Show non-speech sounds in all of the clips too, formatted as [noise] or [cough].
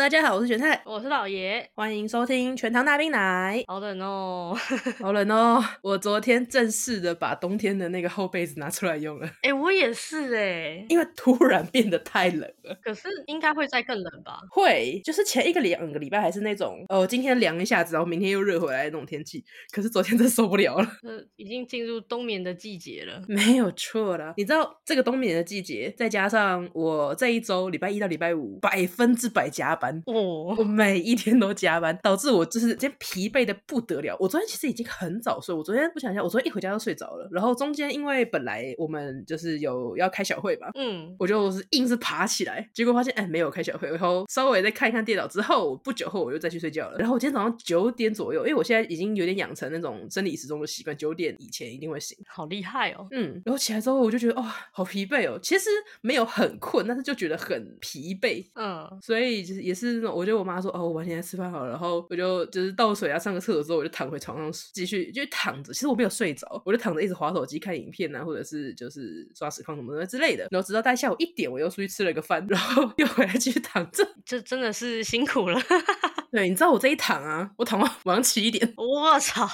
大家好，我是玄太，我是老爷，欢迎收听全糖大冰奶。 [laughs] 好冷 [laughs] 哦。好冷哦，我昨天正式的把冬天的那个厚被子拿出来用了，哎、我也是哎、因为突然变得太冷了。可是应该会再更冷吧？会，就是前一个礼两个礼拜还是那种，呃，今天凉一下子，然后明天又热回来的那种天气。可是昨天真受不了 [laughs] 了，呃，已经进入冬眠的季节了。没有错啦。你知道这个冬眠的季节，再加上我这一周礼拜一到礼拜五百分之百加班，哦，我每一天都加班，导致我就是今天疲惫的不得了。我昨天其实已经很早睡，我昨天不想一下，我昨天一回家就睡着了。然后中间因为本来我们就是有要开小会嘛，嗯，我就是硬是爬起来，结果发现哎没有开小会，然后稍微再看一看电脑之后，我不久后我又再去睡觉了。然后我今天早上九点左右，因为我现在已经有点养成那种生理时钟的习惯，九点以前一定会醒。好厉害哦。嗯，然后起来之后我就觉得哦好疲惫哦，其实没有很困，但是就觉得很疲惫。嗯，所以就是也是那种，我就我妈说哦，我晚点来吃饭好了，然后我就就是倒水啊，上个厕所之后，我就躺回床上继续就躺着。其实我没有睡着，我就躺着一直划手机、看影片啊，或者是就是刷实况什么的之类的。然后直到大概下午一点，我又出去吃了个饭，然后 [laughs] 又回来继续躺着。 [laughs] 这真的是辛苦了。 [laughs] 对，你知道我这一躺啊，我躺到 [laughs] 晚上七点，我操，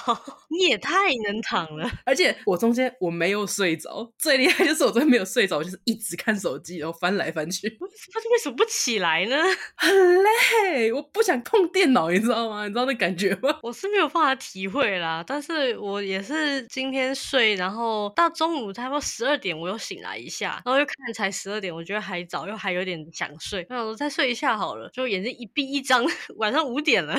你也太能躺 [laughs] 了。而且我中间我没有睡着，最厉害就是我中间没有睡着，我就是一直看手机，然后翻来翻去。 [laughs] 他为什么不起来呢？很累，我不想碰电脑，你知道吗？你知道那感觉吗？ [laughs] 我是没有办法体会啦，但是我也是今天睡，然后到中午差不多十二点，我又醒来一下，然后又看才十二点，我觉得还早，又还有点想睡，那我再睡一下好了，就眼睛一闭一张， [laughs] 晚上五点了，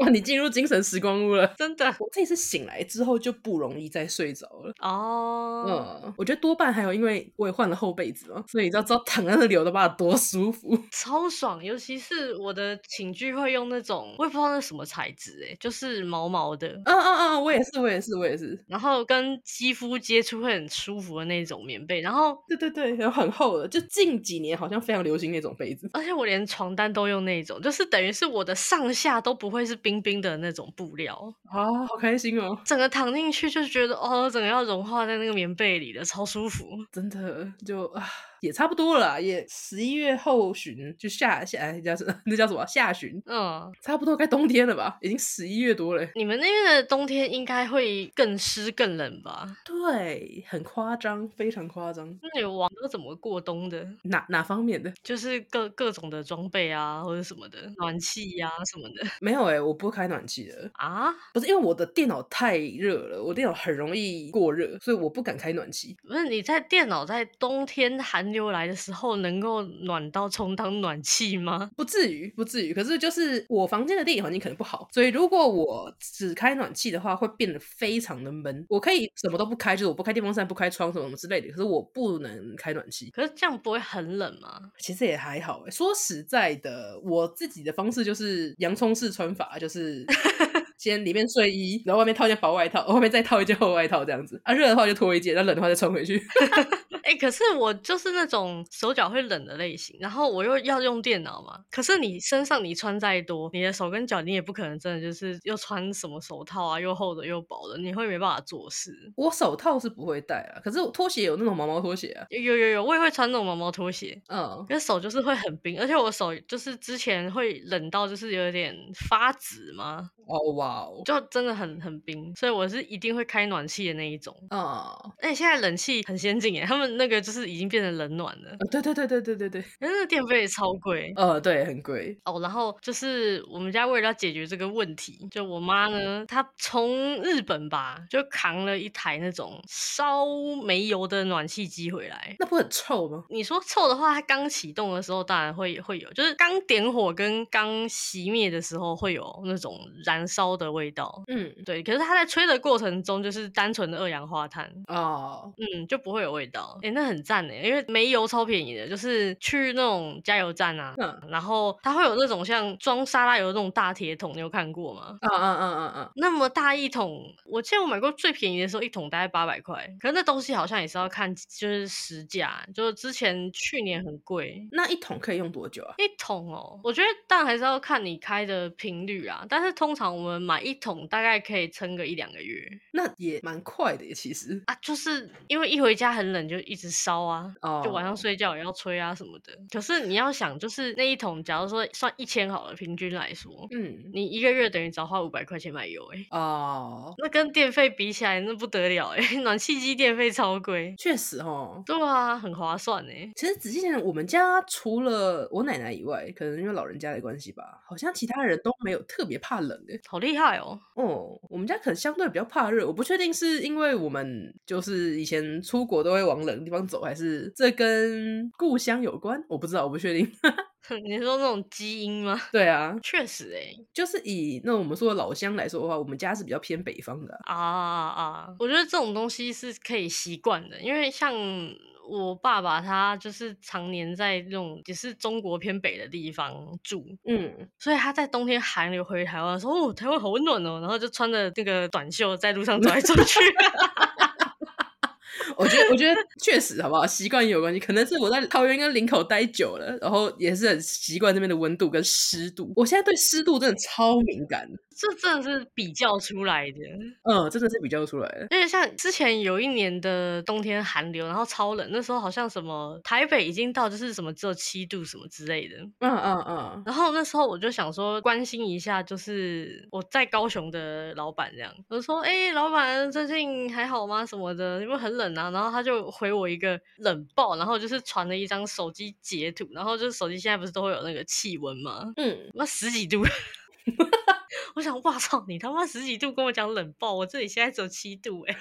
哇，你进入精神时光屋了。真的我这次醒来之后就不容易再睡着了。哦，嗯，我觉得多半还有，因为我也换了厚被子嘛，所以你知道，只要躺在那里，我都把它多舒服。 [laughs] 超爽，尤其是我的寝具会用那种，我也不知道那什么材质，诶，就是毛毛的。嗯嗯嗯，我也是，我也是，我也是。然后跟肌肤接触会很舒服的那种棉被，然后对对对，然后很厚的，就近几年好像非常流行那种被子。而且我连床单都用那一种，就是等于是我的上下都不会是冰冰的那种布料，啊，好开心哦！整个躺进去就觉得哦，整个要融化在那个棉被里了，超舒服。真的就啊，也差不多了啦，也十一月后旬就下下哎叫什么？那叫什么？下旬，嗯，差不多该冬天了吧？已经十一月多了。你们那边的冬天应该会更湿更冷吧？对，很夸张，非常夸张。那你们网都怎么过冬的？哪哪方面的？就是各各种的装备啊，或者什么的，暖气呀、什么的没有哎、我不开暖气的，啊？不是因为我的电脑太热了，我电脑很容易过热，所以我不敢开暖气。不是你在电脑在冬天寒流来的时候能够暖到充当暖气吗？不至于，不至于。可是就是我房间的地理环境可能不好，所以如果我只开暖气的话，会变得非常的闷。我可以什么都不开，就是我不开电风扇、不开窗什么什么之类的，可是我不能开暖气。可是这样不会很冷吗？其实也还好哎、说实在的，我自己的方式就是洋葱式穿法，就是先里面睡衣，然后外面套一件薄外套，外面再套一件厚外套这样子。啊，热的话就脱一件，那冷的话再穿回去。哎、可是我就是那种手脚会冷的类型，然后我又要用电脑嘛。可是你身上你穿再多，你的手跟脚你也不可能真的就是又穿什么手套啊，又厚的又薄的，你会没办法做事。我手套是不会戴啊，可是我拖鞋有那种毛毛拖鞋啊。有有有有，我也会穿那种毛毛拖鞋，嗯，可是手就是会很冰，而且我手就是之前会冷到就是有点发紫嘛，哦哇哦，就真的很很冰，所以我是一定会开暖气的那一种。啊、而且现在冷气很先进耶，他们那个就是已经变成冷暖了，呃对对对对对对对，可是那个电费也超贵。呃，对，很贵。哦，然后就是我们家为了要解决这个问题，就我妈呢，她从日本吧，就扛了一台那种烧煤油的暖气机回来。那不很臭吗？你说臭的话，它刚启动的时候当然会会有，就是刚点火跟刚熄灭的时候会有那种燃烧的味道。嗯，对，可是它在吹的过程中，就是单纯的二氧化碳，哦，嗯，就不会有味道。哎、那很赞哎，因为煤油超便宜的，就是去那种加油站啊，嗯，然后它会有那种像装沙拉油的那种大铁桶，你有看过吗？啊啊啊啊啊，那么大一桶，我记得我买过最便宜的时候，一桶大概八百块。可是那东西好像也是要看就是实价，就是之前去年很贵。那一桶可以用多久啊？一桶哦，我觉得当然还是要看你开的频率啊。但是通常我们买一桶大概可以撑个一两个月那也蛮快的耶，其实。啊，就是因为一回家很冷，就一一直烧啊，哦，就晚上睡觉也要吹啊什么的。可是你要想，就是那一桶，假如说算一千好了，平均来说，嗯你一个月等于只要花五百块钱买油、欸，哦，那跟电费比起来，那不得了哎、 [laughs] 暖气机电费超贵。确实哦。对啊，很划算哎、其实仔细想想，我们家除了我奶奶以外，可能因为老人家的关系吧，好像其他人都没有特别怕冷诶。好厉害哦！ [laughs] 哦，我们家可能相对比较怕热，我不确定是因为我们就是以前出国都会往冷的地方走，还是这跟故乡有关，我不知道，我不确定。 [laughs] 你说那种基因吗？ [laughs] 对啊，确实哎、就是以那我们说的老乡来说的话，我们家是比较偏北方的啊、啊啊！我觉得这种东西是可以习惯的，因为像我爸爸他就是常年在那种也是中国偏北的地方住，嗯，所以他在冬天寒流回台湾的时候，哦，台湾好温暖哦，然后就穿着那个短袖在路上走来走去。 [laughs] 我觉得我觉得确实好不好，习惯也有关系，可能是我在桃园跟林口待久了，然后也是很习惯这边的温度跟湿度。我现在对湿度真的超敏感，这真的是比较出来的，嗯，真的是比较出来的。因为像之前有一年的冬天寒流，然后超冷，那时候好像什么台北已经到就是什么只有七度什么之类的，嗯嗯嗯，然后那时候我就想说关心一下，就是我在高雄的老板这样，我就说：“哎、老板最近还好吗？什么的，因为很冷啊。”然后他就回我一个冷爆，然后就是传了一张手机截图，然后就是手机现在不是都会有那个气温吗？嗯，那十几度。 [laughs] 我想，哇操！你他妈十几度跟我讲冷爆，我这里现在只有七度哎、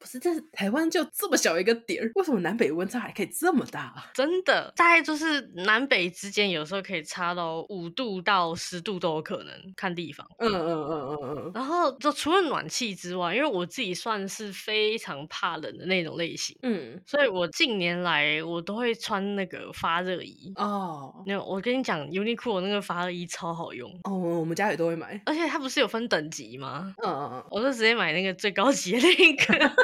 不是，这台湾就这么小一个点儿，为什么南北温差还可以这么大、啊？ [laughs] 真的，大概就是南北之间有时候可以差到五度到十度都有可能，看地方。嗯嗯嗯嗯嗯，然后就除了暖气之外，因为我自己算是非常怕冷的那种类型，嗯，所以我近年来我都会穿那个发热衣。哦那我跟你讲，Uniqlo 那个发热衣超好用，哦，我们家也都会买。而且它不是有分等级吗？嗯嗯我就直接买那个最高级的那个。 [laughs]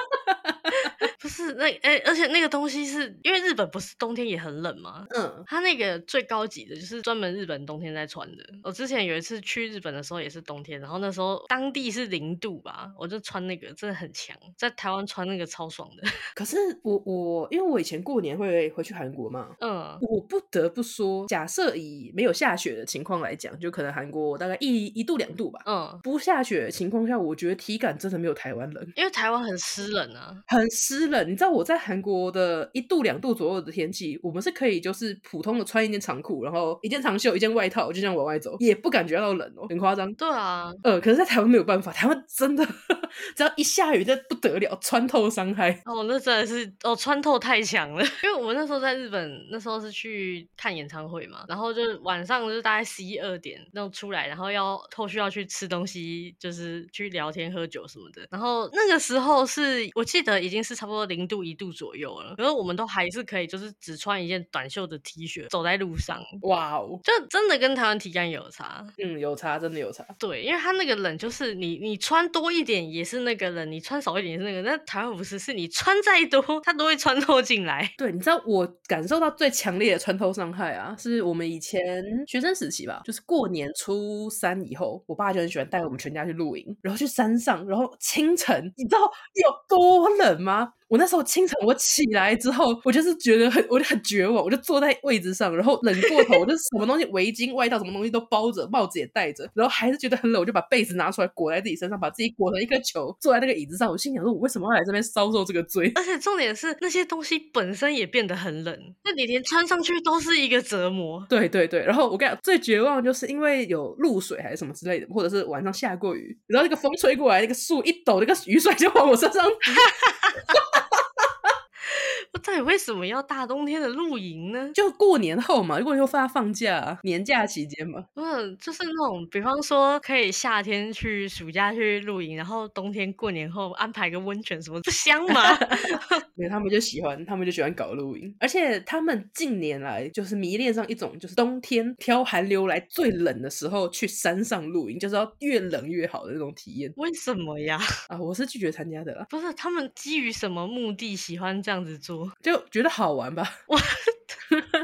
不是那哎、而且那个东西是因为日本不是冬天也很冷吗？嗯它那个最高级的，就是专门日本冬天在穿的。我之前有一次去日本的时候也是冬天，然后那时候当地是零度吧，我就穿那个，真的很强。在台湾穿那个超爽的， [laughs] 嗯，可是我我因为我以前过年会回去韩国嘛，嗯，我不得不说，假设以没有下雪的情况来讲，就可能韩国大概一一度两度吧。嗯，不下雪的情况下，我觉得体感真的没有台湾冷，因为台湾很湿冷啊，很湿冷。你知道我在韩国的一度两度左右的天气，我们是可以就是普通的穿一件长裤，然后一件长袖，一件外套，就这样往外走，也不感觉到冷哦，很夸张。对啊，呃，可是，在台湾没有办法，台湾真的 [laughs] 只要一下雨，这不得了，穿透伤害。哦，那真的是哦，穿透太强了。 [laughs] 因为我们那时候在日本，那时候是去看演唱会嘛，然后就是晚上就是大概十一二点那种出来，然后要后续要去吃东西，就是去聊天喝酒什么的。然后那个时候是我记得已经是差不多零度一度左右了，可是我们都还是可以就是只穿一件短袖的 T 恤走在路上，哇哦，就真的跟台湾体感有差。嗯，有差，真的有差。对，因为它那个冷就是你你穿多一点也是那个冷，你穿少一点也是那个。但台湾不是，是你穿再多，它都会穿透进来。对，你知道我感受到最强烈的穿透伤害啊，是我们以前学生时期吧，就是过年初三以后，我爸就很喜欢带我们全家去露营，然后去山上，然后清晨，你知道有多冷吗？我那时候清晨我起来之后，我就是觉得很，我就很绝望，我就坐在位置上，然后冷过头，我就什么东西围巾、外套什么东西都包着，帽子也戴着，然后还是觉得很冷，我就把被子拿出来裹在自己身上，把自己裹成一颗球，坐在那个椅子上，我心想说，我为什么要来这边遭受这个罪？而且重点是那些东西本身也变得很冷，那你连穿上去都是一个折磨。对对对，然后我跟你讲，最绝望就是因为有露水还是什么之类的，或者是晚上下过雨，然后那个风吹过来，那个树一抖，那个雨水就往我身上 [laughs] 滴。我到底为什么要大冬天的露营呢？就过年后嘛，如果你说放放假、年假期间嘛，嗯，就是那种，比方说可以夏天去、暑假去露营，然后冬天过年后安排个温泉什么，不香吗？ [laughs] 没有他们就喜欢，他们就喜欢搞露营，而且他们近年来就是迷恋上一种，就是冬天挑寒流来最冷的时候去山上露营，就是要越冷越好的那种体验为什么呀？啊！我是拒绝参加的啦，不是他们基于什么目的喜欢这样子做？就觉得好玩吧。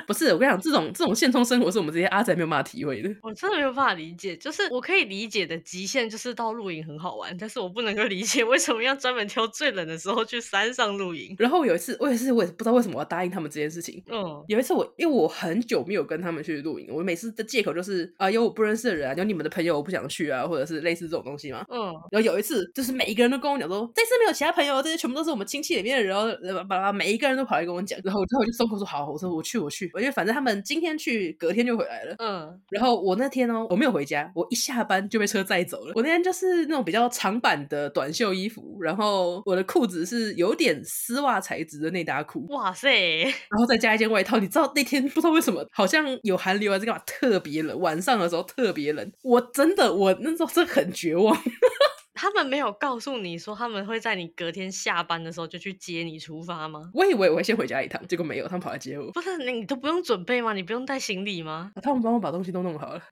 不是，我跟你讲，这种这种现充生活是我们这些阿仔没有办法体会的。我真的没有办法理解，就是我可以理解的极限就是到露营很好玩，但是我不能够理解为什么要专门挑最冷的时候去山上露营。然后有一次，我也是，我也不知道为什么我要答应他们这件事情。嗯，有一次我，因为我很久没有跟他们去露营，我每次的借口就是啊、有我不认识的人啊，有你们的朋友我不想去啊，或者是类似这种东西嘛。嗯，然后有一次，就是每一个人都跟我讲说，这次没有其他朋友，这些全部都是我们亲戚里面的人哦，然后巴拉每一个人都跑来跟我讲，然后我然后我就松口说好，我说我去我去，因为反正他们今天去，隔天就回来了。嗯，然后我那天哦，我没有回家，我一下班就被车载走了。我那天就是那种比较长版的短袖衣服，然后我的裤子是有点丝袜材质的内搭裤，哇塞， [laughs] 然后再加一件外套。你知道那天不知道为什么，好像有寒流还是干嘛，特别冷。晚上的时候特别冷，我真的我那时候真的很绝望。他们没有告诉你说他们会在你隔天下班的时候就去接你出发吗？我以为我会先回家一趟，结果没有，他们跑来接我。啊不是，那你都不用准备吗？你不用带行李吗？他们帮我把东西都弄好了。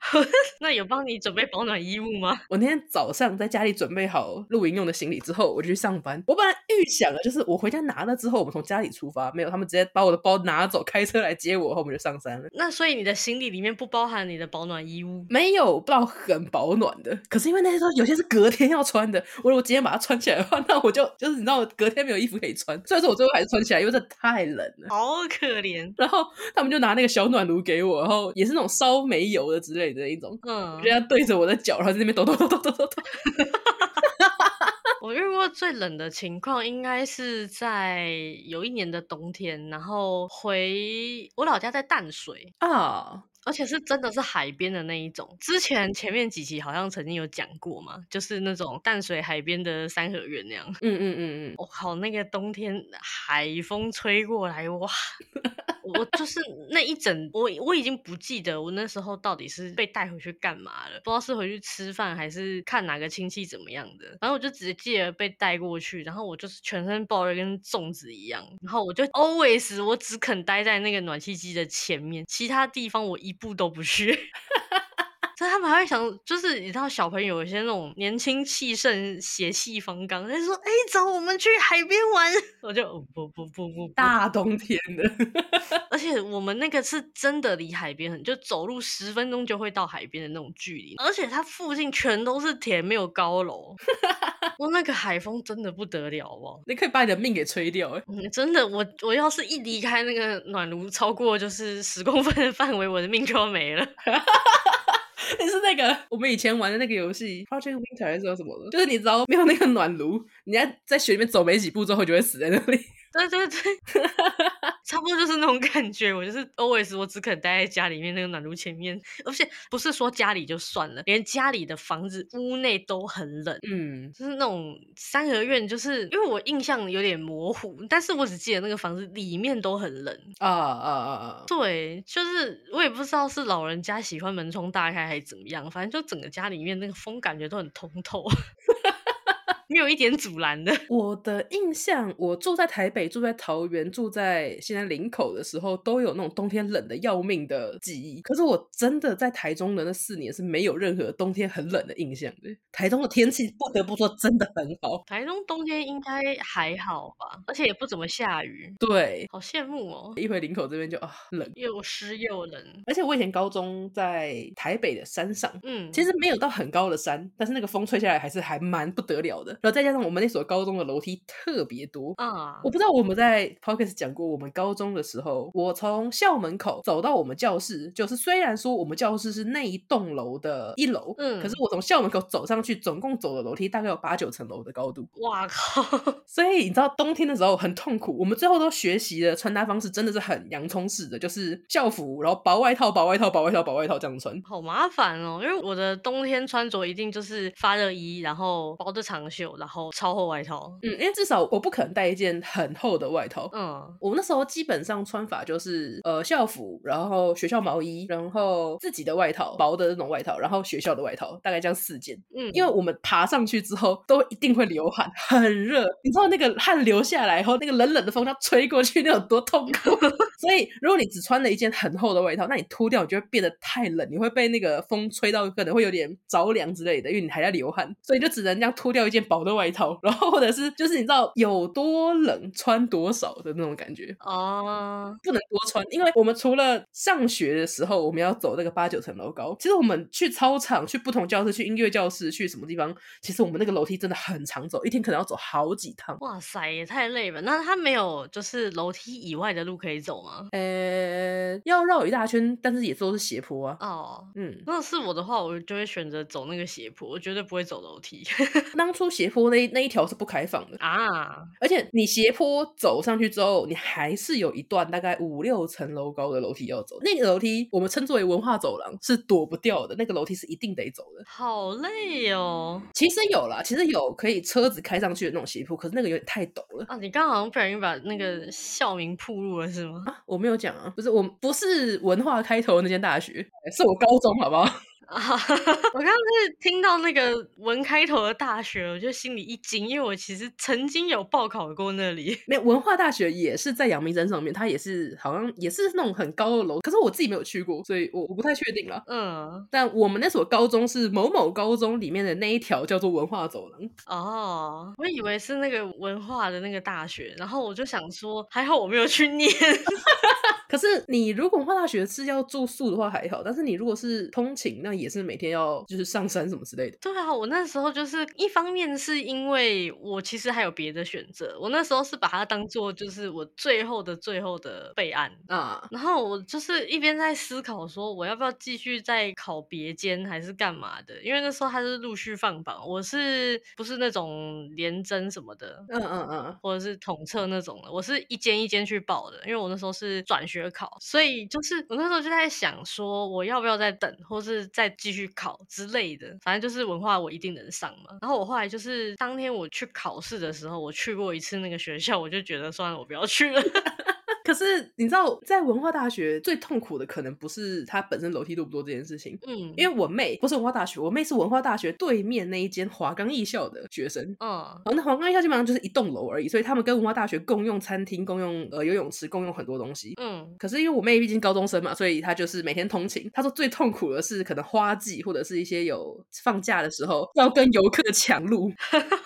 那有帮你准备保暖衣物吗？我那天早上在家里准备好露营用的行李之后，我就去上班。我本来预想的就是我回家拿了之后，我们从家里出发，没有，他们直接把我的包拿走，开车来接我，然后我们就上山了。那所以你的行李里面不包含你的保暖衣物。 [laughs] 没有到很保暖的，可是因为那些时候有些是隔天要穿的，我如果今天把它穿起来的话，那我就就是你知道，我隔天没有衣服可以穿。虽然说我最后还是穿起来，因为这太冷了。好可怜，然后他们就拿那个小暖炉给我，然后也是那种烧煤油的之类的那一种，嗯就，这样对着我的脚，然后在那边抖抖抖抖抖抖抖。我遇过最冷的情况应该是在有一年的冬天，然后回我老家在淡水，啊，而且是真的是海边的那一种。之前前面几集好像曾经有讲过嘛，就是那种淡水海边的三合院那样。嗯嗯嗯嗯，我靠，那个冬天海风吹过来，哇！我就是那一整，我我已经不记得我那时候到底是被带回去干嘛了，不知道是回去吃饭还是看哪个亲戚怎么样的。反正我就只记得被带过去，然后我就是全身抱的跟粽子一样，然后我就 always 我只肯待在那个暖气机的前面，其他地方我一步都不去。 [laughs] 所以他们还会想，就是你知道小朋友有些那种年轻气盛、血气方刚，他就说：“哎、走，我们去海边玩。” [laughs] 我就哦不不不不不，大冬天的， [laughs] 而且我们那个是真的离海边很，就走路十分钟就会到海边的那种距离，而且它附近全都是田，没有高楼。哇，那个海风真的不得了哦！你可以把你的命给吹掉、欸。 [laughs] 嗯，真的，我我要是一离开那个暖炉超过就是十公分的范围，我的命就要没了。但是那个我们以前玩的那个游戏 Project Winter 还是叫什么的，就是你知道没有那个暖炉，你在在雪里面走没几步之后就会死在那里。对对对，差不多就是那种感觉。我就是 always 我只肯待在家里面那个暖炉前面，而且不是说家里就算了，连家里的房子屋内都很冷。 [laughs] 嗯，就是那种三合院，就是因为我印象有点模糊，但是我只记得那个房子里面都很冷。啊啊啊啊！对，就是我也不知道是老人家喜欢门窗大开还是怎么样，反正就整个家里面那个风感觉都很通透， [laughs] 没有一点阻拦的。我的印象，我住在台北、住在桃园、住在现在林口的时候，都有那种冬天冷的要命的记忆。可是我真的在台中的那四年是没有任何冬天很冷的印象的。台中的天气不得不说真的很好，台中冬天应该还好吧，而且也不怎么下雨，对，好羡慕哦，一回林口这边就啊冷。又湿又冷。而且我以前高中在台北的山上，嗯，其实没有到很高的山，但是那个风吹下来还是还蛮不得了的。然后再加上我们那所高中的楼梯特别多，啊我，不知道我们在 podcast 讲过，我们高中的时候，我从校门口走到我们教室，就是虽然说我们教室是那一栋楼的一楼，嗯可是我从校门口走上去，总共走的楼梯大概有八九层楼的高度，哇靠，所以你知道冬天的时候很痛苦。我们最后都学习的穿搭方式真的是很洋葱式的，就是校服，然后薄外套、薄外套、薄外套、薄外套这样穿。好麻烦哦，因为我的冬天穿着一定就是发热衣，然后包着长袖，然后超厚外套。嗯，因为至少我不可能带一件很厚的外套，嗯，我那时候基本上穿法就是呃校服，然后学校毛衣，然后自己的外套，薄的那种外套，然后学校的外套，大概这样四件。嗯，因为我们爬上去之后都一定会流汗，很热，你知道那个汗流下来后，那个冷冷的风它吹过去， [laughs] 那有多痛苦。所以如果你只穿了一件很厚的外套，那你脱掉，你就会变得太冷，你会被那个风吹到，可能会有点着凉之类的，因为你还在流汗，所以你就只能这样脱掉一件薄的的外套，然后或者是就是你知道有多冷穿多少的那种感觉，哦，不能多穿，因为我们除了上学的时候我们要走那个八九层楼高，其实我们去操场、去不同教室、去音乐教室、去什么地方，其实我们那个楼梯真的很常走，一天可能要走好几趟。哇塞，也太累了。那他没有就是楼梯以外的路可以走吗？呃，要绕一大圈，但是也都是斜坡啊。哦，嗯，如果是我的话，我就会选择走那个斜坡，我绝对不会走楼梯 [laughs] 当初斜坡那一那一条是不开放的，啊。而且你斜坡走上去之后，你还是有一段大概五六层楼高的楼梯要走。那个楼梯我们称作为文化走廊，是躲不掉的。那个楼梯是一定得走的。好累哦！其实有啦，其实有可以车子开上去的那种斜坡，可是那个有点太陡了。啊，你刚刚好像不小心把那嗯个校名暴露了是吗？啊，我没有讲啊，不是我不是文化开头的那间大学，是我高中，好不好？ [laughs] 啊，我刚刚是听到那个文开头的大学，我就心里一惊，因为我其实曾经有报考过那里。 [laughs] 没有文化大学也是在阳明山上面，它也是好像也是那种很高的楼，可是我自己没有去过，所以我我不太确定啦。嗯，但我们那所高中是某某高中里面的那一条叫做文化走廊，哦，我以为是那个文化的那个大学，然后我就想说，还好我没有去念。 [laughs] 可是你如果文化大学是要住宿的话还好，但是你如果是通勤，那也是每天要就是上山什么之类的。对啊，我那时候就是一方面是因为我其实还有别的选择，我那时候是把它当做就是我最后的最后的备案，啊，然后我就是一边在思考说，我要不要继续再考别间还是干嘛的？因为那时候他是陆续放榜，我是不是那种连征什么的，嗯嗯嗯，或者是统测那种的？我是一间一间去报的，因为我那时候是转学考，所以就是我那时候就在想说，我要不要再等，或是再继续考之类的。反正就是文化我一定能上嘛。然后我后来就是当天我去考试的时候，我去过一次那个学校，我就觉得算了，我不要去了。 [laughs] 可是你知道，在文化大学最痛苦的可能不是它本身楼梯多不多这件事情，嗯，因为我妹不是文化大学，我妹是文化大学对面那一间华冈艺校的学生。哦然嗯。后那华冈艺校基本上就是一栋楼而已，所以他们跟文化大学共用餐厅、共用呃游泳池、共用很多东西。嗯，可是因为我妹毕竟高中生嘛，所以她就是每天通勤。她说最痛苦的是可能花季或者是一些有放假的时候，要跟游客抢路，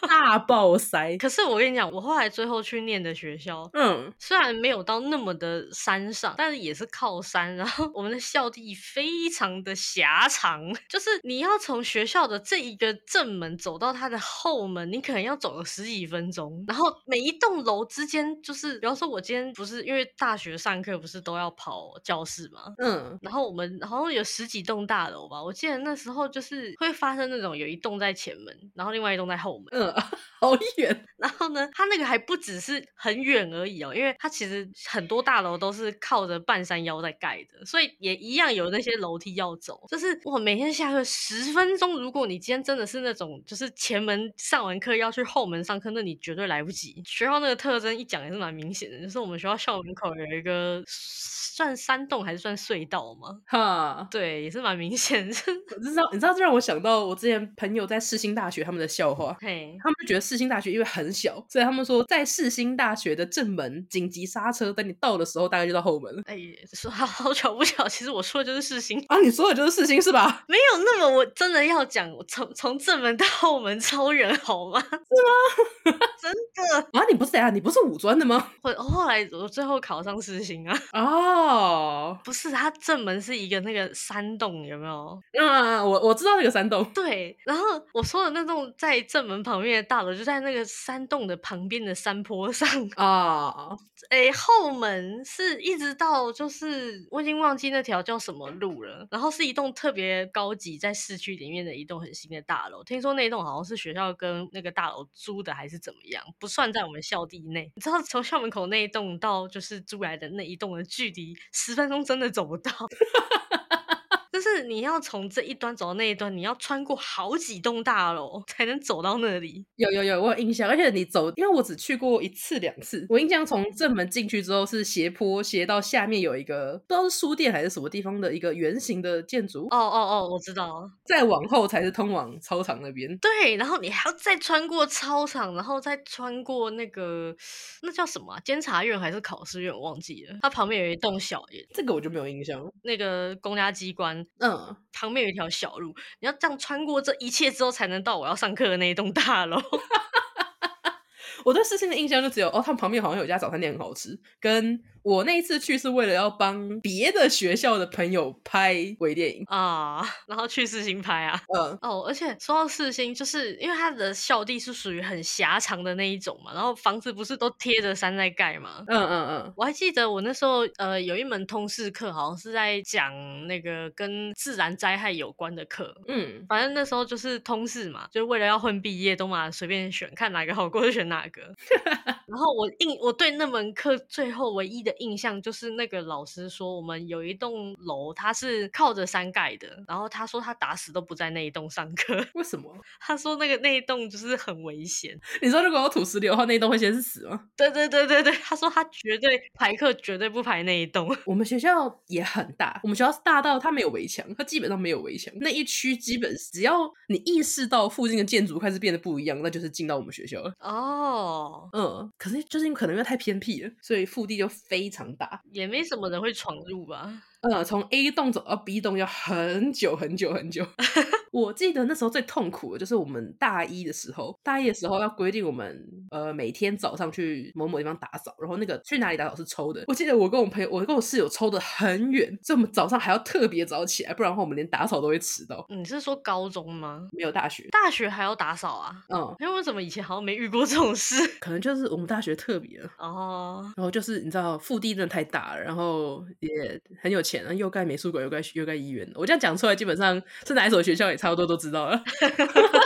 大爆塞。可是我跟你讲，我后来最后去念的学校，嗯，虽然没有到那么的山上，但是也是靠山。然后我们的校地非常的狭长，就是你要从学校的这一个正门走到它的后门，你可能要走个十几分钟。然后每一栋楼之间，就是比方说，我今天不是因为大学上课不是都要跑教室吗？嗯，然后我们好像有十几栋大楼吧，我记得那时候就是会发生那种有一栋在前门，然后另外一栋在后门，嗯， [laughs] 好远，然后呢，它那个还不只是很远而已哦，因为它其实很多大楼都是靠着半山腰在盖的，所以也一样有那些楼梯要走。就是我每天下课十分钟，如果你今天真的是那种就是前门上完课要去后门上课，那你绝对来不及。学校那个特征一讲也是蛮明显的，就是我们学校校门口有一个算山洞还是算隧道吗？哈。对，也是蛮明显的。 [laughs] 我知道，你知道，这让我想到我之前朋友在世新大学他们的笑话。嘿，他们就觉得世新大学因为很小，所以他们说在世新大学的正门紧急刹车，等你到的时候大概就到后门了。哎，说好好巧不巧，其实我说的就是事情。啊，你说的就是世新是吧？ [laughs] 没有那么，我真的要讲，我从从正门到后门超人好吗？ [laughs] 是吗？真的，啊，你不是等一下，你不是五专的吗？ [laughs] 我后来我最后考上世新啊， [laughs] 哦，不是，它正门是一个那个山洞，有没有？那、我我知道那个山洞，对，然后我说的那栋在正门旁边的大楼，就在那个山洞的旁边的山坡上。啊，诶，后门是一直到就是我已经忘记那条叫什么路了，然后是一栋特别高级，在市区里面的一栋很新的大楼。听说那一栋好像是学校跟那个大楼租的，还是怎么样，不算在我们校地内。 [laughs] 你知道从校门口那一栋到就是租来的那一栋的距离，十分钟真的走不到。 [laughs] 就是你要从这一端走到那一端，你要穿过好几栋大楼才能走到那里。有有有，我有印象，而且你走，因为我只去过一次两次，我印象从正门进去之后是斜坡，斜到下面有一个不知道是书店还是什么地方的一个圆形的建筑，哦哦哦，我知道了。再往后才是通往操场那边。对，然后你还要再穿过操场，然后再穿过那个那叫什么啊、监察院还是考试院，我忘记了。它旁边有一栋小这个我就没有印象了，那个公家机关嗯，旁边有一条小路，你要这样穿过这一切之后，才能到我要上课的那一栋大楼。 [laughs] 我对四星的印象就只有哦，他们旁边好像有一家早餐店很好吃。跟我那一次去是为了要帮别的学校的朋友拍微电影，啊，然后去四星拍啊。嗯，哦，而且说到四星，就是因为它的校地是属于很狭长的那一种嘛，然后房子不是都贴着山在盖嘛。嗯嗯嗯，我还记得我那时候呃有一门通识课，好像是在讲那个跟自然灾害有关的课。嗯，反正那时候就是通识嘛，就为了要混毕业，都嘛随便选，看哪个好过就选哪个。然后我印我对那门课最后唯一的印象就是那个老师说，我们有一栋楼它是靠着山盖的，然后他说他打死都不在那一栋上课， [laughs] 为什么？他说那个那一栋就是很危险。你说如果我土石流的话，那一栋会先死吗？对对对对对，他说他绝对排课绝对不排那一栋。我们学校也很大，我们学校是大到它没有围墙，它基本上没有围墙。那一区基本只要你意识到附近的建筑开始变得不一样，那就是进到我们学校了。哦，嗯，可是就是因为可能因为太偏僻了，所以腹地就非常大。也没什么人会闯入吧？呃，从 A 栋走到 B 栋要很久很久很久。我记得那时候最痛苦的就是我们大一的时候，大一的时候要规定我们呃每天早上去某某地方打扫，然后那个去哪里打扫是抽的。我记得我跟我朋友，我跟我室友抽的很远，所以我们早上还要特别早起来，不然的话我们连打扫都会迟到。你是说高中吗？没有大学，大学还要打扫啊？嗯，因为我怎么以前好像没遇过这种事？ [laughs] 可能就是我们大学特别了。哦，然后就是你知道腹地真的太大了，然后也很有钱，然后又盖美术馆，又盖又盖医院。我这样讲出来，基本上是哪一所学校也差不多都知道了。 [laughs]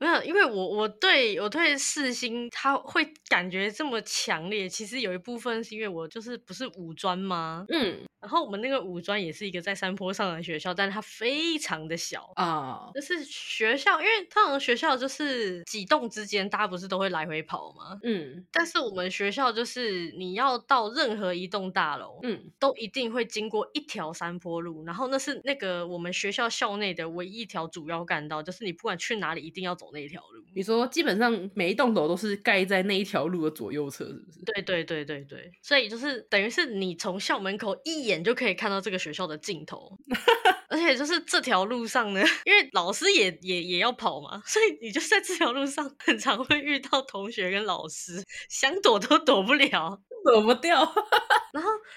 没有，因为我我对我对四星他会感觉这么强烈，其实有一部分是因为我就是不是五专吗？嗯然后我们那个五专也是一个在山坡上的学校，但它非常的小。啊，就是学校，因为通常学校就是几栋之间，大家不是都会来回跑吗？嗯但是我们学校就是你要到任何一栋大楼，嗯都一定会经过一条山坡路，然后那是那个我们学校校内的唯一一条主要干道，就是你不管去哪里一定要走那一条路。你说基本上每一栋楼都是盖在那一条路的左右侧，是不是？对对对对对，所以就是等于是你从校门口一眼就可以看到这个学校的尽头，而且就是这条路上呢， [laughs] 因为老师也也也要跑嘛，所以你就在这条路上很常会遇到同学跟老师，想躲都躲不了。躲不掉。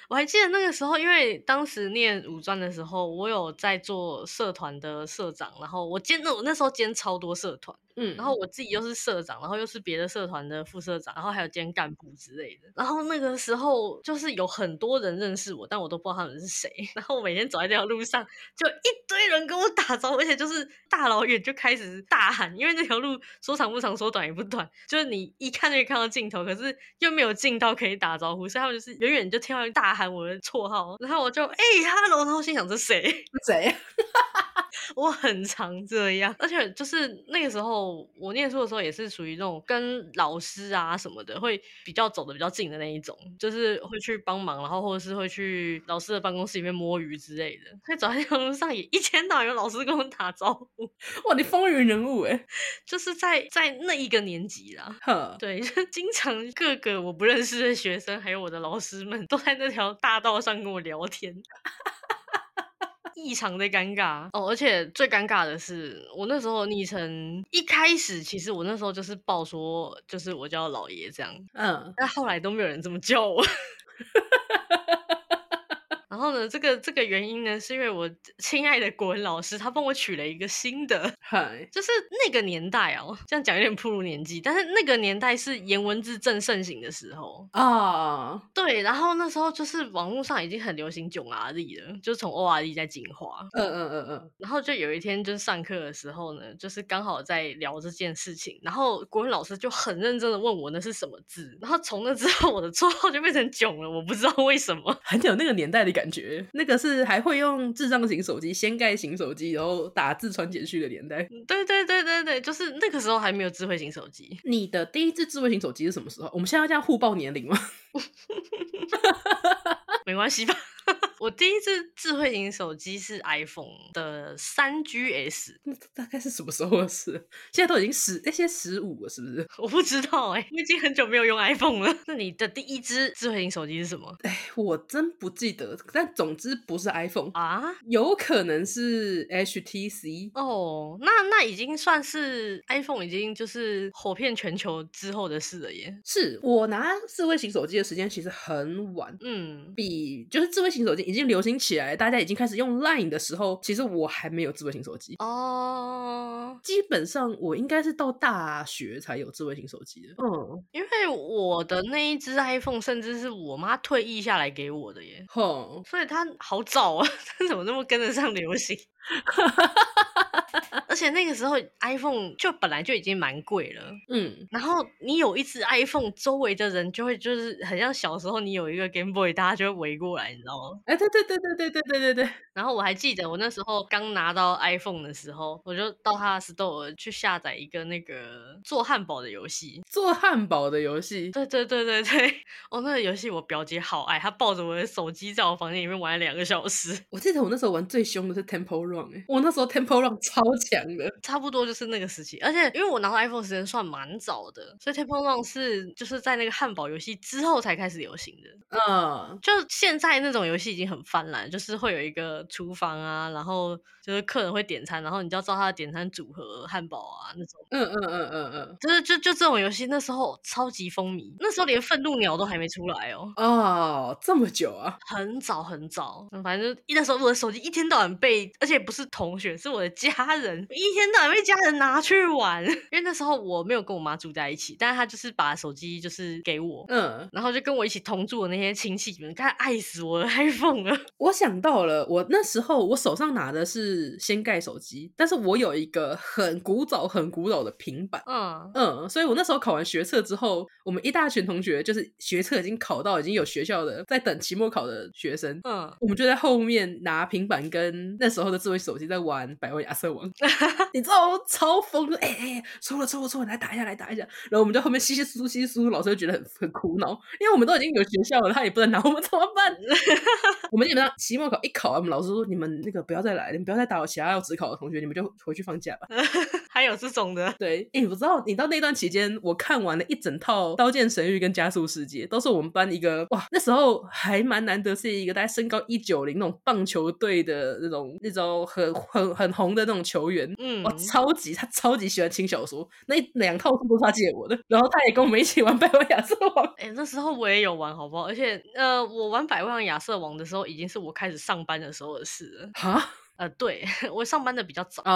我还记得那个时候，因为当时念五专的时候，我有在做社团的社长，然后我兼那我那时候兼超多社团。 [laughs] 嗯，然后我自己又是社长，然后又是别的社团的副社长，然后还有兼干部之类的。然后那个时候就是有很多人认识我，但我都不知道他们是谁。 [laughs] 然后我每天走在这条路上，就一堆人跟我打招呼，而且就是大老远就开始大喊，因为那条路说长不长，说短也不短，就是你一看就可以看到尽头，可是又没有近到可以打招呼，所以他们就是远远就听到人大喊我的绰号，然后我就哎哈喽，然后心想这谁？谁？ [laughs] [laughs] 我很常这样，而且就是那个时候我念书的时候，也是属于那种跟老师啊什么的会比较走的比较近的那一种，就是会去帮忙，然后或者是会去老师的办公室里面摸鱼之类的。所以走在那条路上也一天到晚有老师跟我打招呼， [laughs] 哇，你风云人物哎！就是在在那一个年级啦。呵，对， [laughs] 就经常各个我不认识的学生，还有我的老师们，都在那条大道上跟我聊天，异常的尴尬哦。而且最尴尬的是，我那时候昵称一开始，其实我那时候就是报说，就是我叫老爷这样，嗯，但后来都没有人这么叫我。 [laughs] 然后呢，这个这个原因呢，是因为我亲爱的国文老师他帮我取了一个新的，嗨，就是那个年代哦，这样讲有点暴露年纪，但是那个年代是颜文字正盛行的时候，啊，对，然后那时候就是网络上已经很流行囧 R D 了，就是从 O R D 在进化，嗯嗯嗯嗯，然后就有一天就是上课的时候呢，就是刚好在聊这件事情，然后国文老师就很认真的问我那是什么字，然后从那之后我的绰号就变成囧了，我不知道为什么， [laughs] 很有那个年代的感觉。那个是还会用智障型手机、掀盖型手机，然后打字传简讯的年代。对对对对对，就是那个时候还没有智慧型手机，你的第一次智慧型手机是什么时候？我们现在要这样互报年龄吗？没关系吧。 [laughs] 我第一只智慧型手机是 iPhone 的三 GS， [laughs] 那大概是什么时候的事？现在都已经十，那些十五了，是不是？我不知道哎、我已经很久没有用 iPhone 了。 [laughs] 那你的第一只智慧型手机是什么哎，我真不记得，但总之不是 iPhone，啊？有可能是 HTC。哦，那那已经算是 iPhone 已经就是火遍全球之后的事了耶。是我拿智慧型手机的时间其实很晚，嗯，比就是智慧型手机已经流行起来，大家已经开始用 Line 的时候，其实我还没有智慧型手机。哦，基本上我应该是到大学才有智慧型手机的。嗯，因为我的那一只 iPhone 甚至是我妈退役下来给我的耶。吼，所以它好早啊，它怎么那么跟得上流行？而且那个时候 iPhone 就本来就已经蛮贵了，嗯，然后你有一只 iPhone，周围的人就会就是很像小时候你有一个 Game Boy，大家就会围过来，你知道吗？哎、对对对对对对对对对，然后我还记得我那时候刚拿到 iPhone 的时候，我就到他的 Store 去下载一个那个做汉堡的游戏。做汉堡的游戏，对对对对对， [laughs] 哦，那个游戏我表姐好爱，她抱着我的手机在我房间里面玩了两个小时，我记得我那时候玩最凶的是 Temple Run，哎、我那时候 Temple Run 超强的，差不多就是那个时期。而且因为我拿到 iPhone 时间算蛮早的，所以 Temple Run 是就是在那个汉堡游戏之后才开始流行的。啊、就现在那种游戏已经很泛滥，就是会有一个厨房啊，然后就是客人会点餐，然后你就要照他的点餐组合汉堡啊那种，嗯，嗯嗯嗯嗯就是就就这种游戏那时候超级风靡，那时候连愤怒鸟都还没出来哦，嗯，哦，这么久啊，很早很早，嗯反正就那时候我的手机一天到晚被，而且不是同学，是我的家人，一天到晚被家人拿去玩， [laughs] 因为那时候我没有跟我妈住在一起，但是她就是把手机就是给我。嗯，然后就跟我一起同住的那些亲戚们，看爱死我了，iPhone 了。我想到了，我那时候我手上拿的是掀盖手机，但是我有一个很古早、很古早的平板。嗯，嗯，所以我那时候考完学测之后，我们一大群同学就是学测已经考到已经有学校的在等期末考的学生， [laughs] 嗯，我们就在后面拿平板跟那时候的智慧手机在玩百万亚瑟王，你知道我超疯的，哎、哎、错了错了错了，来打一下来打一下，然后我们在后面稀稀疏疏稀稀疏疏，老师就觉得很很苦恼，因为我们都已经有学校了，他也不能拿，我们 [laughs] 怎么办？我们基本上期末考一考完，我们老师说你们那个不要再来，你们不要再打扰其他要职考的同学，你们就回去放假吧。还有这种的，对，哎、我知道你到那段期间，我看完了一整套《刀剑神域》跟《加速世界》，都是我们班一个哇，那时候还蛮难得，是一个大概身高一九零那种棒球队的那种那种很很很红的那种球员。嗯哇，超级他超级喜欢轻小说，那一两套书都是他借我的，然后他也跟我们一起玩《百万亚瑟王》。哎、那时候我也有玩，好不好？而且，呃，我玩百万亚瑟王的时候，已经是我开始上班的时候的事了。哈，呃，对 [laughs] 我上班的比较 [laughs] 早。哦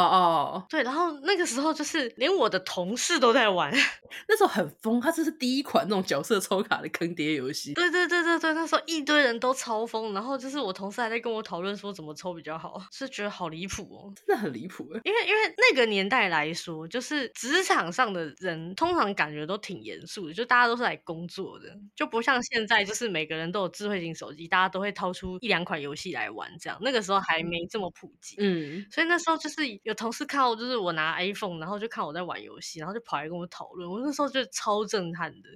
哦，对，然后那个时候就是连我的同事都在玩， [laughs] 那时候很疯，他这是第一款那种角色抽卡的坑爹游戏。对对对对对，那时候一堆人都超疯，然后就是我同事还在跟我讨论说怎么抽比较好，是觉得好离谱哦。真的很离谱哎。因为因为那个年代来说，就是职场上的人通常感觉都挺严肃的，就大家都是来工作的，就不像现在，就是每个人都有智慧型手机，大家都会掏出一两款游戏来玩这样。那个时候还没这么普及。嗯，所以那时候就是有同事看我，就是我拿 iPhone，然后就看我在玩游戏，然后就跑来跟我讨论。我那时候就超震撼的，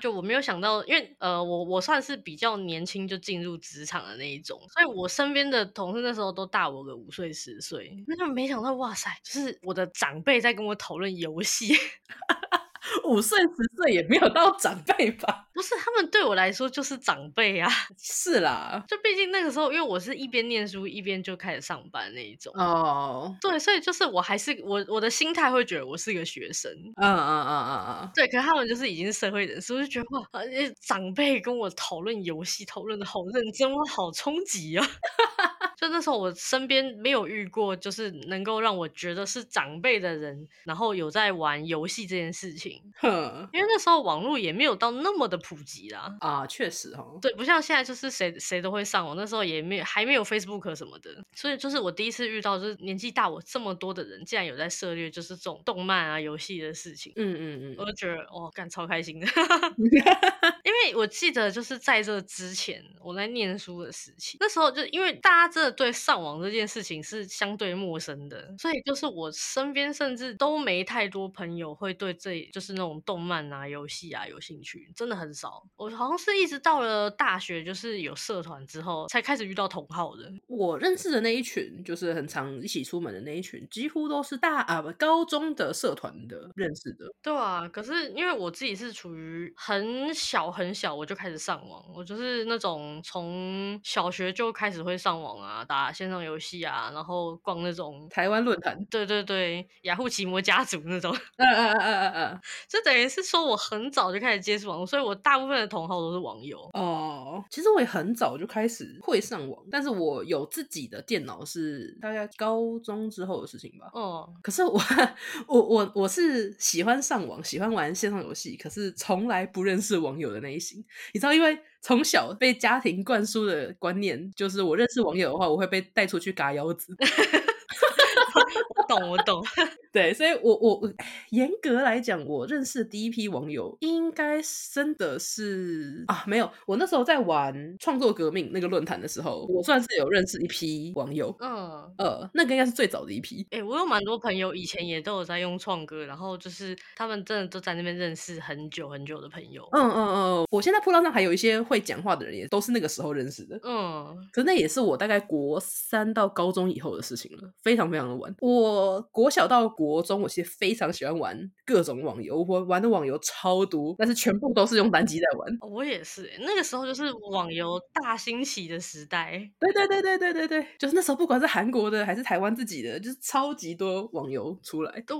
就我没有想到，因为呃，我我算是比较年轻就进入职场的那一种，所以我身边的同事那时候都大我个五岁十岁，那就没想到，哇塞，就是我的长辈在跟我讨论游戏， [laughs] 五岁十岁也没有到长辈吧？不是他们对我来说就是长辈啊，是啦，就毕竟那个时候，因为我是一边念书一边就开始上班那一种。哦，对，所以就是我还是我我的心态会觉得我是个学生，嗯嗯嗯嗯嗯，对，可是他们就是已经是社会人士，我就觉得哇，呃长辈跟我讨论游戏，讨论的好认真，我好冲击啊！ [laughs] 就那时候我身边没有遇过，就是能够让我觉得是长辈的人，然后有在玩游戏这件事情，嗯哼因为那时候网络也没有到那么的普及啦。啊，确实哦，对，不像现在就是谁谁都会上网，那时候也没有还没有 Facebook 什么的，所以就是我第一次遇到，就是年纪大我这么多的人，竟然有在涉猎就是这种动漫啊、游戏的事情。嗯嗯我嗯，就觉得哦，干超开心的，哦因为我记得就是在这之前，我在念书的时期，那时候就因为大家真的对上网这件事情是相对陌生的，所以就是我身边甚至都没太多朋友会对这就是那种动漫啊、游戏啊有兴趣，真的很少。我好像是一直到了大学，就是有社团之后，才开始遇到同好的。 [laughs] 我认识的那一群，就是很常一起出门的那一群，几乎都是大啊不高中的社团的认识的。对啊，可是因为我自己是处于很小很小我就开始上网，我就是那种从小学就开始会上网啊，打线上游戏啊，然后逛那种。台湾论坛，对对对，雅虎奇摩家族那种， [laughs] 嗯嗯嗯嗯嗯就等于是说我很早就开始接触网络，所以我大部分的同好都是网友。嗯，哦，其实我也很早就开始会上网，但是我有自己的电脑是大概高中之后的事情吧。哦，可是我我我我是喜欢上网，喜欢玩线上游戏，可是从来不认识网友的那一型。你知道，因为从小被家庭灌输的观念就是，我认识网友的话，我会被带出去嘎腰子。我懂我懂， [laughs] 对，所以我我我严格来讲，我认识的第一批网友应该真的是啊，没有，我那时候在玩创作革命那个论坛的时候，我算是有认识一批网友。嗯。呃，那个应该是最早的一批，哎、我有蛮多朋友以前也都有在用创歌，然后就是他们真的都在那边认识很久很久的朋友。嗯嗯嗯，我现在扑浪上还有一些会讲话的人，也都是那个时候认识的。嗯，可是那也是我大概国三到高中以后的事情了，非常非常的晚。我国小到国中，我其实非常喜欢玩各种网游，我玩的网游超多，但是全部都是用单机在玩。我也是、欸，那个时候就是网游大兴起的时代。对对对对对对对，就是那时候不管是韩国的还是台湾自己的，就是超级多网游出来。对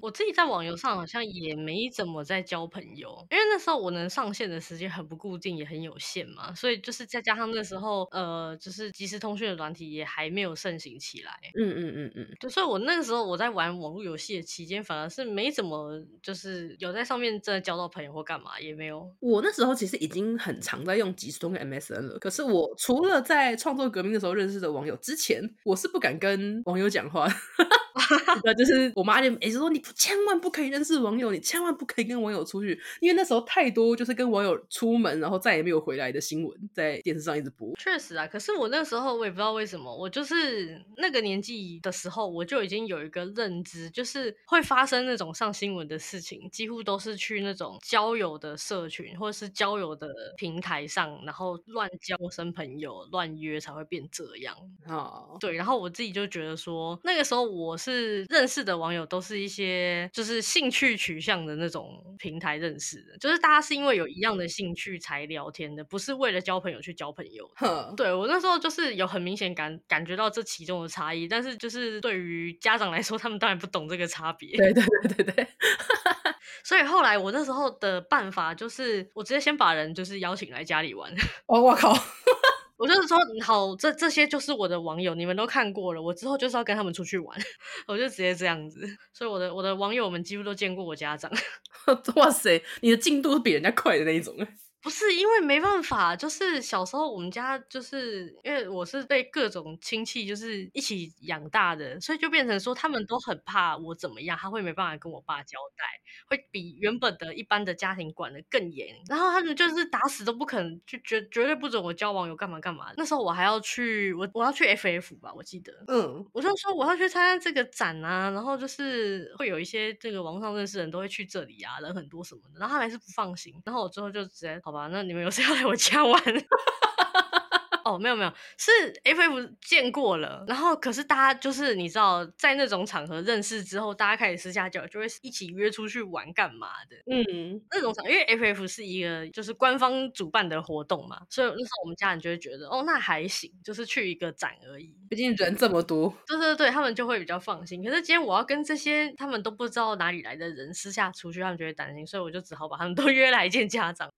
我自己在网游上好像也没怎么在交朋友，因为那时候我能上线的时间很不固定，也很有限嘛，所以就是再加上那时候呃，就是即时通讯的软体也还没有盛行起来，嗯嗯嗯嗯，对，所以我那个时候我在玩网络游戏的期间，反而是没怎么就是有在上面真的交到朋友或干嘛，也没有。我那时候其实已经很常在用即时通跟 MSN 了，可是我除了在创作革命的时候认识的网友之前，我是不敢跟网友讲话。那就是我妈就一直说你不千万不可以认识网友，你千万不可以跟网友出去，因为那时候太多就是跟网友出门然后再也没有回来的新闻在电视上一直播。确实啊，可是我那时候我也不知道为什么，我就是那个年纪的时候，我就已经有一个认知，就是会发生那种上新闻的事情，几乎都是去那种交友的社群或者是交友的平台上，然后乱交生朋友、乱约才会变这样。哦，对，然后我自己就觉得说，那个时候我是认识的网友都是一些就是兴趣取向的那种平台认识的，就是大家是因为有一样的兴趣才聊天的，不是为了交朋友去交朋友的。哼，对我那时候就是有很明显感感觉到这其中的差异，但是就是对于家长来说，他们当然不懂这个差别，对 [laughs] 对对对对，所以后来我那时候的办法就是，我直接先把人就是邀请来家里玩， [laughs] 哦，我靠，我就是说好，这这些就是我的网友，你们都看过了，我之后就是要跟他们出去玩， [laughs] 我就直接这样子，所以我的我的网友们几乎都见过我家长。哇塞，你的进度是比人家快的那一种。啊不是因为没办法，就是小时候我们家就是因为我是被各种亲戚就是一起养大的，所以就变成说他们都很怕我怎么样，他会没办法跟我爸交代，会比原本的一般的家庭管的更严。然后他们就是打死都不肯，就绝绝对不准我交网友干嘛干嘛。那时候我还要去我我要去 FF 吧，我记得，嗯，我就说我要去参加这个展啊，然后就是会有一些这个网上认识的人都会去这里啊，人很多什么的，然后他们还是不放心，然后我最后就直接好吧，那你们有谁要来我家玩？ [laughs] 哦，没有没有，是 FF 见过了，然后可是大家就是你知道，在那种场合认识之后，大家开始私下交流，就会一起约出去玩干嘛的。嗯，那种场，因为 FF 是一个就是官方主办的活动嘛，所以那时候我们家人就会觉得，哦，那还行，就是去一个展而已。毕竟人这么多，对对对，他们就会比较放心。可是今天我要跟这些他们都不知道哪里来的人私下出去，他们就会担心，所以我就只好把他们都 [laughs] 约来见家长。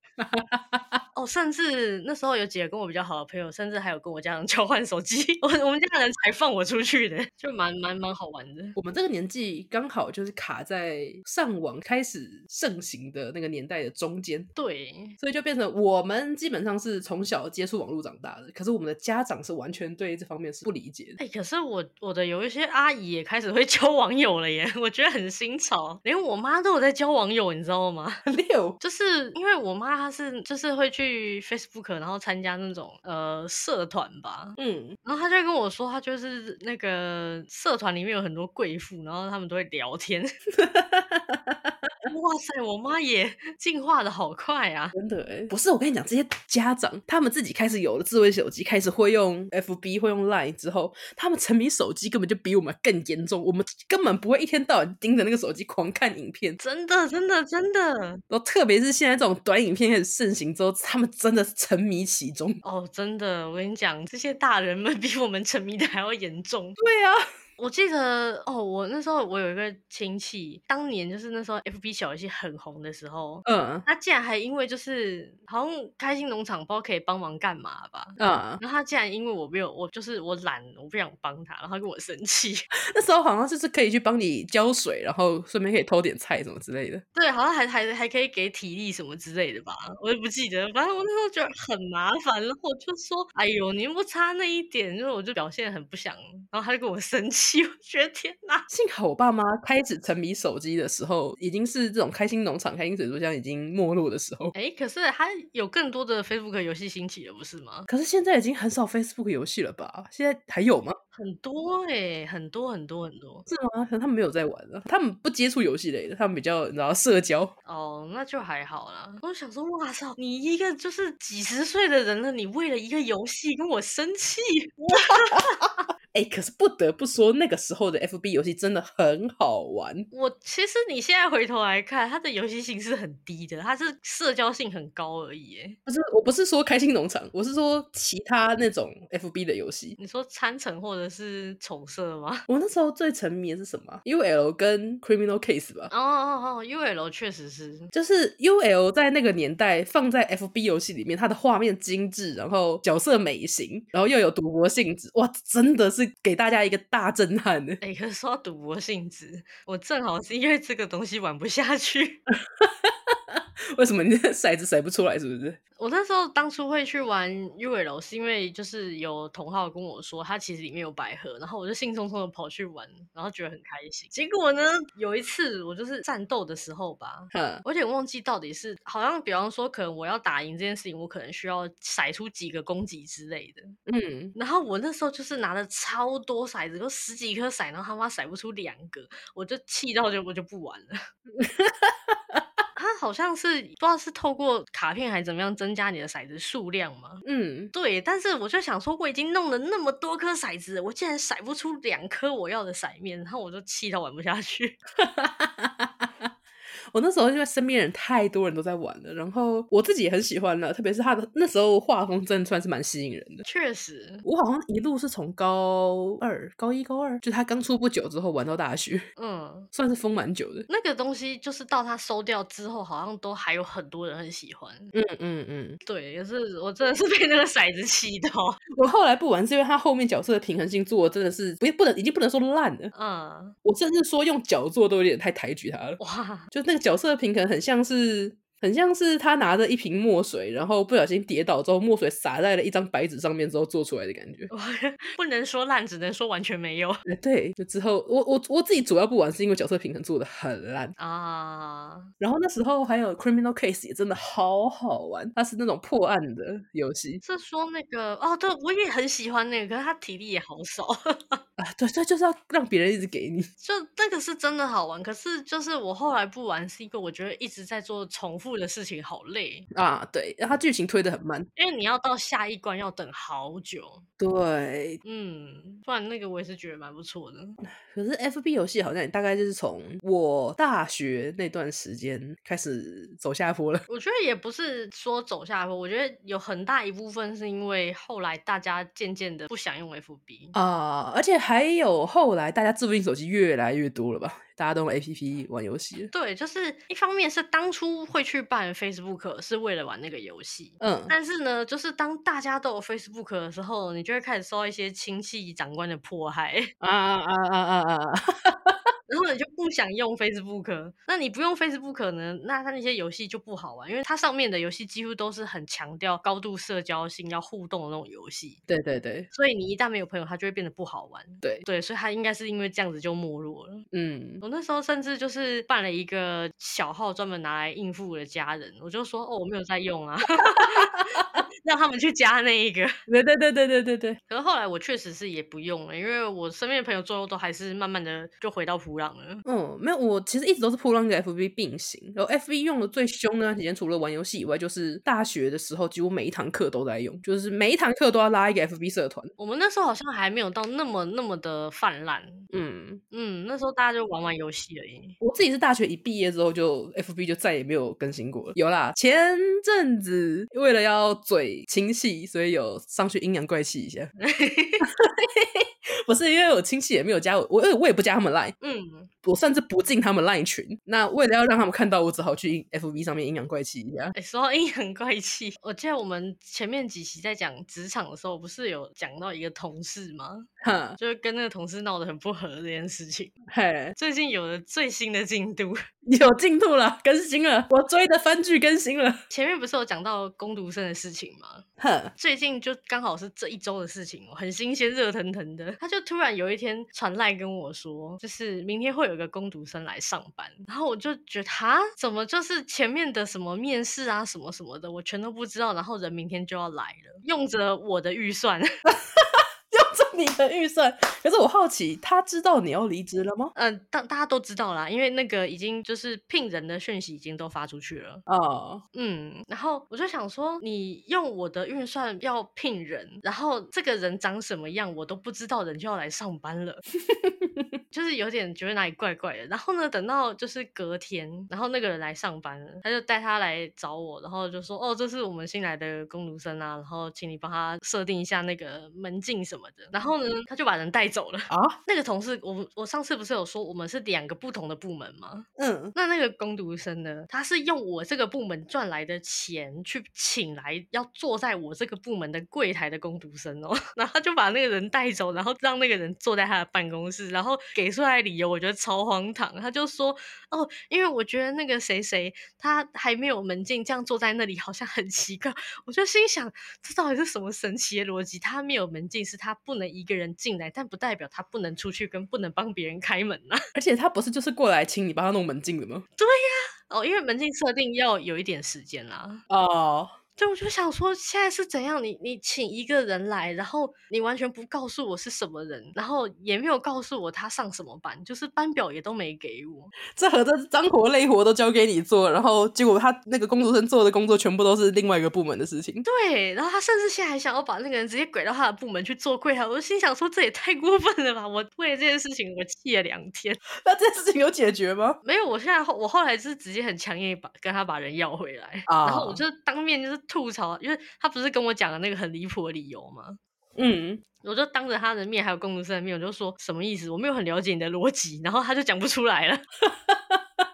哦，甚至那时候有几个跟我比较好的朋友，甚至还有跟我家长交换手机，我我们家人才放我出去的，就蛮蛮蛮好玩的。我们这个年纪刚好就是卡在上网开始盛行的那个年代的中间，对，所以就变成我们基本上是从小接触网络长大的，可是我们的家长是完全对这方面是不理解的。哎、可是我我的有一些阿姨也开始会交网友了耶， [laughs] 我觉得很新潮，连我妈都有在交网友，你知道吗？ [laughs] 六，就是因为我妈她是就是会去去 Facebook，然后参加那种呃社团吧，嗯，然后他就跟我说，他就是那个社团里面有很多贵妇，然后他们都会聊天。 [laughs] 哇塞，我妈也进化的好快啊！真的哎，不是我跟你讲，这些家长他们自己开始有了智慧手机，开始会用 FB 会用 Line 之后，他们沉迷手机根本就比我们更严重，我们根本不会一天到晚盯着那个手机狂看影片，真的，真的，真的，然后特别是现在这种短影片开始盛行之后，他们真的是沉迷其中。哦，真的，我跟你讲，这些大人们 [laughs] 比我们沉迷的还要严重。对啊，我记得哦，我那时候我有一个亲戚，当年就是那时候 FB 小游戏很红的时候，嗯他竟然还因为就是好像开心农场不知道可以帮忙干嘛吧，嗯，然后他竟然因为我没有，我就是我懒，我不想帮他，然后他跟我生气。 [laughs] 那时候好像就是可以去帮你浇水，然后顺便可以偷点菜什么之类的。对，好像还还还可以给体力什么之类的吧，我也不记得。反正我那时候觉得很麻烦，然后我就说：“哎呦，你不差那一点。”就是我就表现得很不想，然后他就跟我生气。我觉得天哪，幸好我爸妈开始沉迷手机的时候，已经是这种开心农场、开心水族箱已经没落的时候。哎，可是他有更多的 Facebook 游戏兴起了，不是吗？可是现在已经很少 Facebook 游戏了吧？现在还有吗？很多哎、很多很多很多是吗？可能他们没有在玩了，他们不接触游戏类的，他们比较你知道社交。哦，那就还好啦。我就想说，哇操，你一个就是几十岁的人了，你为了一个游戏跟我生气， [laughs] 哎、可是不得不说，那个时候的 FB 游戏真的很好玩。我其实你现在回头来看，它的游戏性是很低的，它是社交性很高而已耶。不是，我不是说开心农场，我是说其他那种 FB 的游戏。你说参城或者是丑色吗？ [laughs] 我那时候最沉迷的是什么啊？UL 跟 Criminal Case 吧。哦哦哦，UL 确实是，就是 U L 在那个年代放在 F B 游戏里面，它的画面精致，然后角色美型，然后又有赌博性质，哇，真的是给大家一个大震撼呢！ [laughs] 哎、可是说到赌博性质，我正好是因为这个东西玩不下去。为什么你的骰子骰不出来？是不是？我那时候当初会去玩 UL，是因为就是有同好跟我说，它其实里面有百合，然后我就兴冲冲的跑去玩，然后觉得很开心。结果呢，有一次我就是战斗的时候吧，哈，我有点忘记到底是好像，比方说，可能我要打赢这件事情，我可能需要甩出几个攻击之类的。嗯，然后我那时候就是拿了超多骰子，有十几颗骰，然后他妈骰不出两个，我就气到就我就不玩了。他好像是不知道是透过卡片还是怎么样增加你的骰子数量吗？嗯，对，但是我就想说，我已经弄了那么多颗骰子了，我竟然骰不出两颗我要的骰面，然后我就气到玩不下去。 [laughs] 我那时候因为身边人太多人都在玩了，然后我自己也很喜欢了，特别是他的那时候画风真的算是蛮吸引人的。确实，我好像一路是从高二、高一、高二，就他刚出不久之后玩到大学，嗯，算是疯蛮久的。那个东西就是到它收掉之后，好像都还有很多人很喜欢。嗯嗯嗯，对，也是我真的是被那个骰子气到， [laughs] 我后来不玩是因为他后面角色的平衡性做的真的是不不能已经不能说烂了，嗯，我甚至说用脚做都有点太抬举他了。哇， [laughs] 就那个角色的平衡很像是很像是他拿着一瓶墨水，然后不小心跌倒之后，墨水洒在了一张白纸上面之后做出来的感觉。我不能说烂，只能说完全没有 [laughs] 哎，对，就之后我我我自己主要不玩是因为角色平衡做的很烂，啊。然后那时候还有 Criminal Case 也真的好好玩，它是那种破案的游戏是说那个哦，对我也很喜欢那个，可是他体力也好少， [laughs] 啊，对对，就是要让别人一直给你，就那个是真的好玩。可是就是我后来不玩，是因为我觉得一直在做重复的事情，好累，啊，对，它剧情推的很慢，因为你要到下一关要等好久。对，嗯，不然那个我也是觉得蛮不错的。可是 F B 游戏好像也大概就是从我大学那段时间开始走下坡了。我觉得也不是说走下坡，我觉得有很大一部分是因为后来大家渐渐的不想用 FB。啊、而且还有后来大家智能手机越来越多了吧？大家都用 A P P 玩游戏了。对，就是一方面是当初会去办 Facebook 是为了玩那个游戏，嗯，但是呢，就是当大家都有 Facebook 的时候，你就会开始受到一些亲戚长官的迫害。啊啊啊啊啊啊！ [laughs] 然后你就不想用 Facebook，那你不用 Facebook 呢，那它那些游戏就不好玩，因为它上面的游戏几乎都是很强调高度社交性、要互动的那种游戏，对对对所以你一旦没有朋友，它就会变得不好玩。对，对，所以它应该是因为这样子就没落了。嗯，我那时候甚至就是办了一个小号，专门拿来应付我的家人。我就说哦，我没有在用啊， [laughs] 让他们去加那一个。对对对对对对对，可是后来我确实是也不用了，因为我身边的朋友最后都还是慢慢的就回到普朗了。嗯，没有，我其实一直都是扑浪跟 FB 并行，然后 FB 用的最凶的那段时间，除了玩游戏以外，就是大学的时候，几乎每一堂课都在用，就是每一堂课都要拉一个 FB 社团。我们那时候好像还没有到那么那么的泛滥，嗯，嗯，那时候大家就玩玩游戏而已。我自己是大学一毕业之后就 FB 就再也没有更新过了。有啦，前阵子为了要嘴亲戚，所以有上去阴阳怪气一下。 [laughs] 不是因为我亲戚也没有加我，我我也不加他们 line，嗯，我甚至不进他们 line 群。那为了要让他们看到，我只好去 FB 上面阴阳怪气一下。哎、说到阴阳怪气，我记得我们前面几期在讲职场的时候，不是有讲到一个同事吗？哈，就是跟那个同事闹得很不和这件事情。嘿，最近有了最新的进度， [laughs] 有进度了，更新了，我追的番剧更新了。前面不是有讲到攻读生的事情吗？哼， [laughs] 最近就刚好是这一周的事情哦，很新鲜、热腾腾的。他就突然有一天传赖跟我说，就是明天会有个工读生来上班，然后我就觉得哈，怎么就是前面的什么面试啊、什么什么的，我全都不知道，然后人明天就要来了，用着我的预算， [laughs] 用着你的预算，可是我好奇，他知道你要离职了吗？嗯、大大家都知道啦，因为那个已经就是聘人的讯息已经都发出去了，哦，嗯，然后我就想说，你用我的预算要聘人，然后这个人长什么样我都不知道，人就要来上班了， [laughs] 就是有点觉得哪里怪怪的。然后呢，等到就是隔天，然后那个人来上班了，他就带他来找我，然后就说：“哦，这是我们新来的工读生啊，然后请你帮他设定一下那个门禁什么的。”然后呢，他就把人带走了。 [laughs] 啊，那个同事，我我上次不是有说我们是两个不同的部门吗？嗯，那那个工读生呢？他是用我这个部门赚来的钱去请来要坐在我这个部门的柜台的工读生哦， [laughs] 然后他就把那个人带走，然后让那个人坐在他的办公室，然后给出来的理由，我觉得超荒唐。他就说：“哦，因为我觉得那个谁谁他还没有门禁，这样坐在那里好像很奇怪。”我就心想，这到底是什么神奇的逻辑？他没有门禁是他不能一个人进来，但不代表他不能出去，跟不能帮别人开门啊。而且他不是就是过来请你帮他弄门禁的吗？哦，因为门禁设定要有一点时间啦。哦，对，我就想说现在是怎样？你你请一个人来，然后你完全不告诉我是什么人，然后也没有告诉我他上什么班，就是班表也都没给我。这合着脏活累活都交给你做，然后结果他那个工读生做的工作全部都是另外一个部门的事情。 [laughs] 对，然后他甚至现在还想要把那个人直接拐到他的部门去做柜台，我就心想说这也太过分了吧！我为了这件事情我气了两天。那这件事情有解决吗？没有，我现在后我后来是直接很强硬地把跟他把人要回来，然后我啊就当面就是吐槽，因为他不是跟我讲的那个很离谱的理由吗？嗯，我就当着他的面，还有工读生的面，我就说什么意思？我没有很了解你的逻辑，然后他就讲不出来了。 [laughs]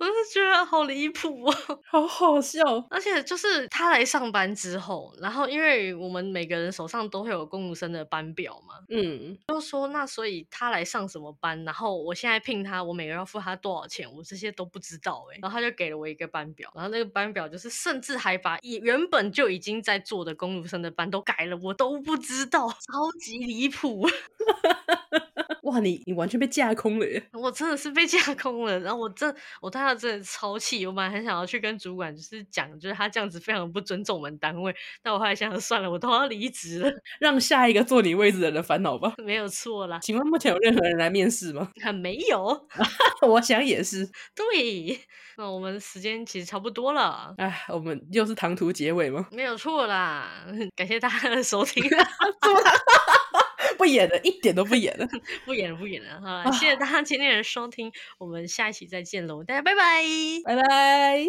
我就觉得好离谱哦！ [laughs] 好好笑。而且就是他来上班之后，然后因为我们每个人手上都会有工读生的班表嘛，嗯，就说那所以他来上什么班，然后我现在聘他，我每个月要付他多少钱，我这些都不知道哎、然后他就给了我一个班表，然后那个班表就是甚至还把已原本就已经在做的工读生的班都改了，我都不知道，超级离谱， [laughs] 哇，你你完全被架空了耶！我真的是被架空了。然后我真我当时真的超气，我本来很想要去跟主管就是讲，就是他这样子非常不尊重我们单位，但我后来想想算了，我都要离职了， [laughs] 让下一个坐你位置的人烦恼吧。没有错啦，请问目前有任何人来面试吗？ [laughs] 很没有。 [laughs] 我想也是。对，那我们时间其实差不多了，哎，我们又是唐突结尾吗？ [laughs] 没有错啦。 [laughs] 感谢大家的收听， [laughs] 不演了，一点都不演了。 [laughs] 不演了不演了，好啦，谢谢大家今天的收听，我们下一期再见喽，大家拜拜。拜拜。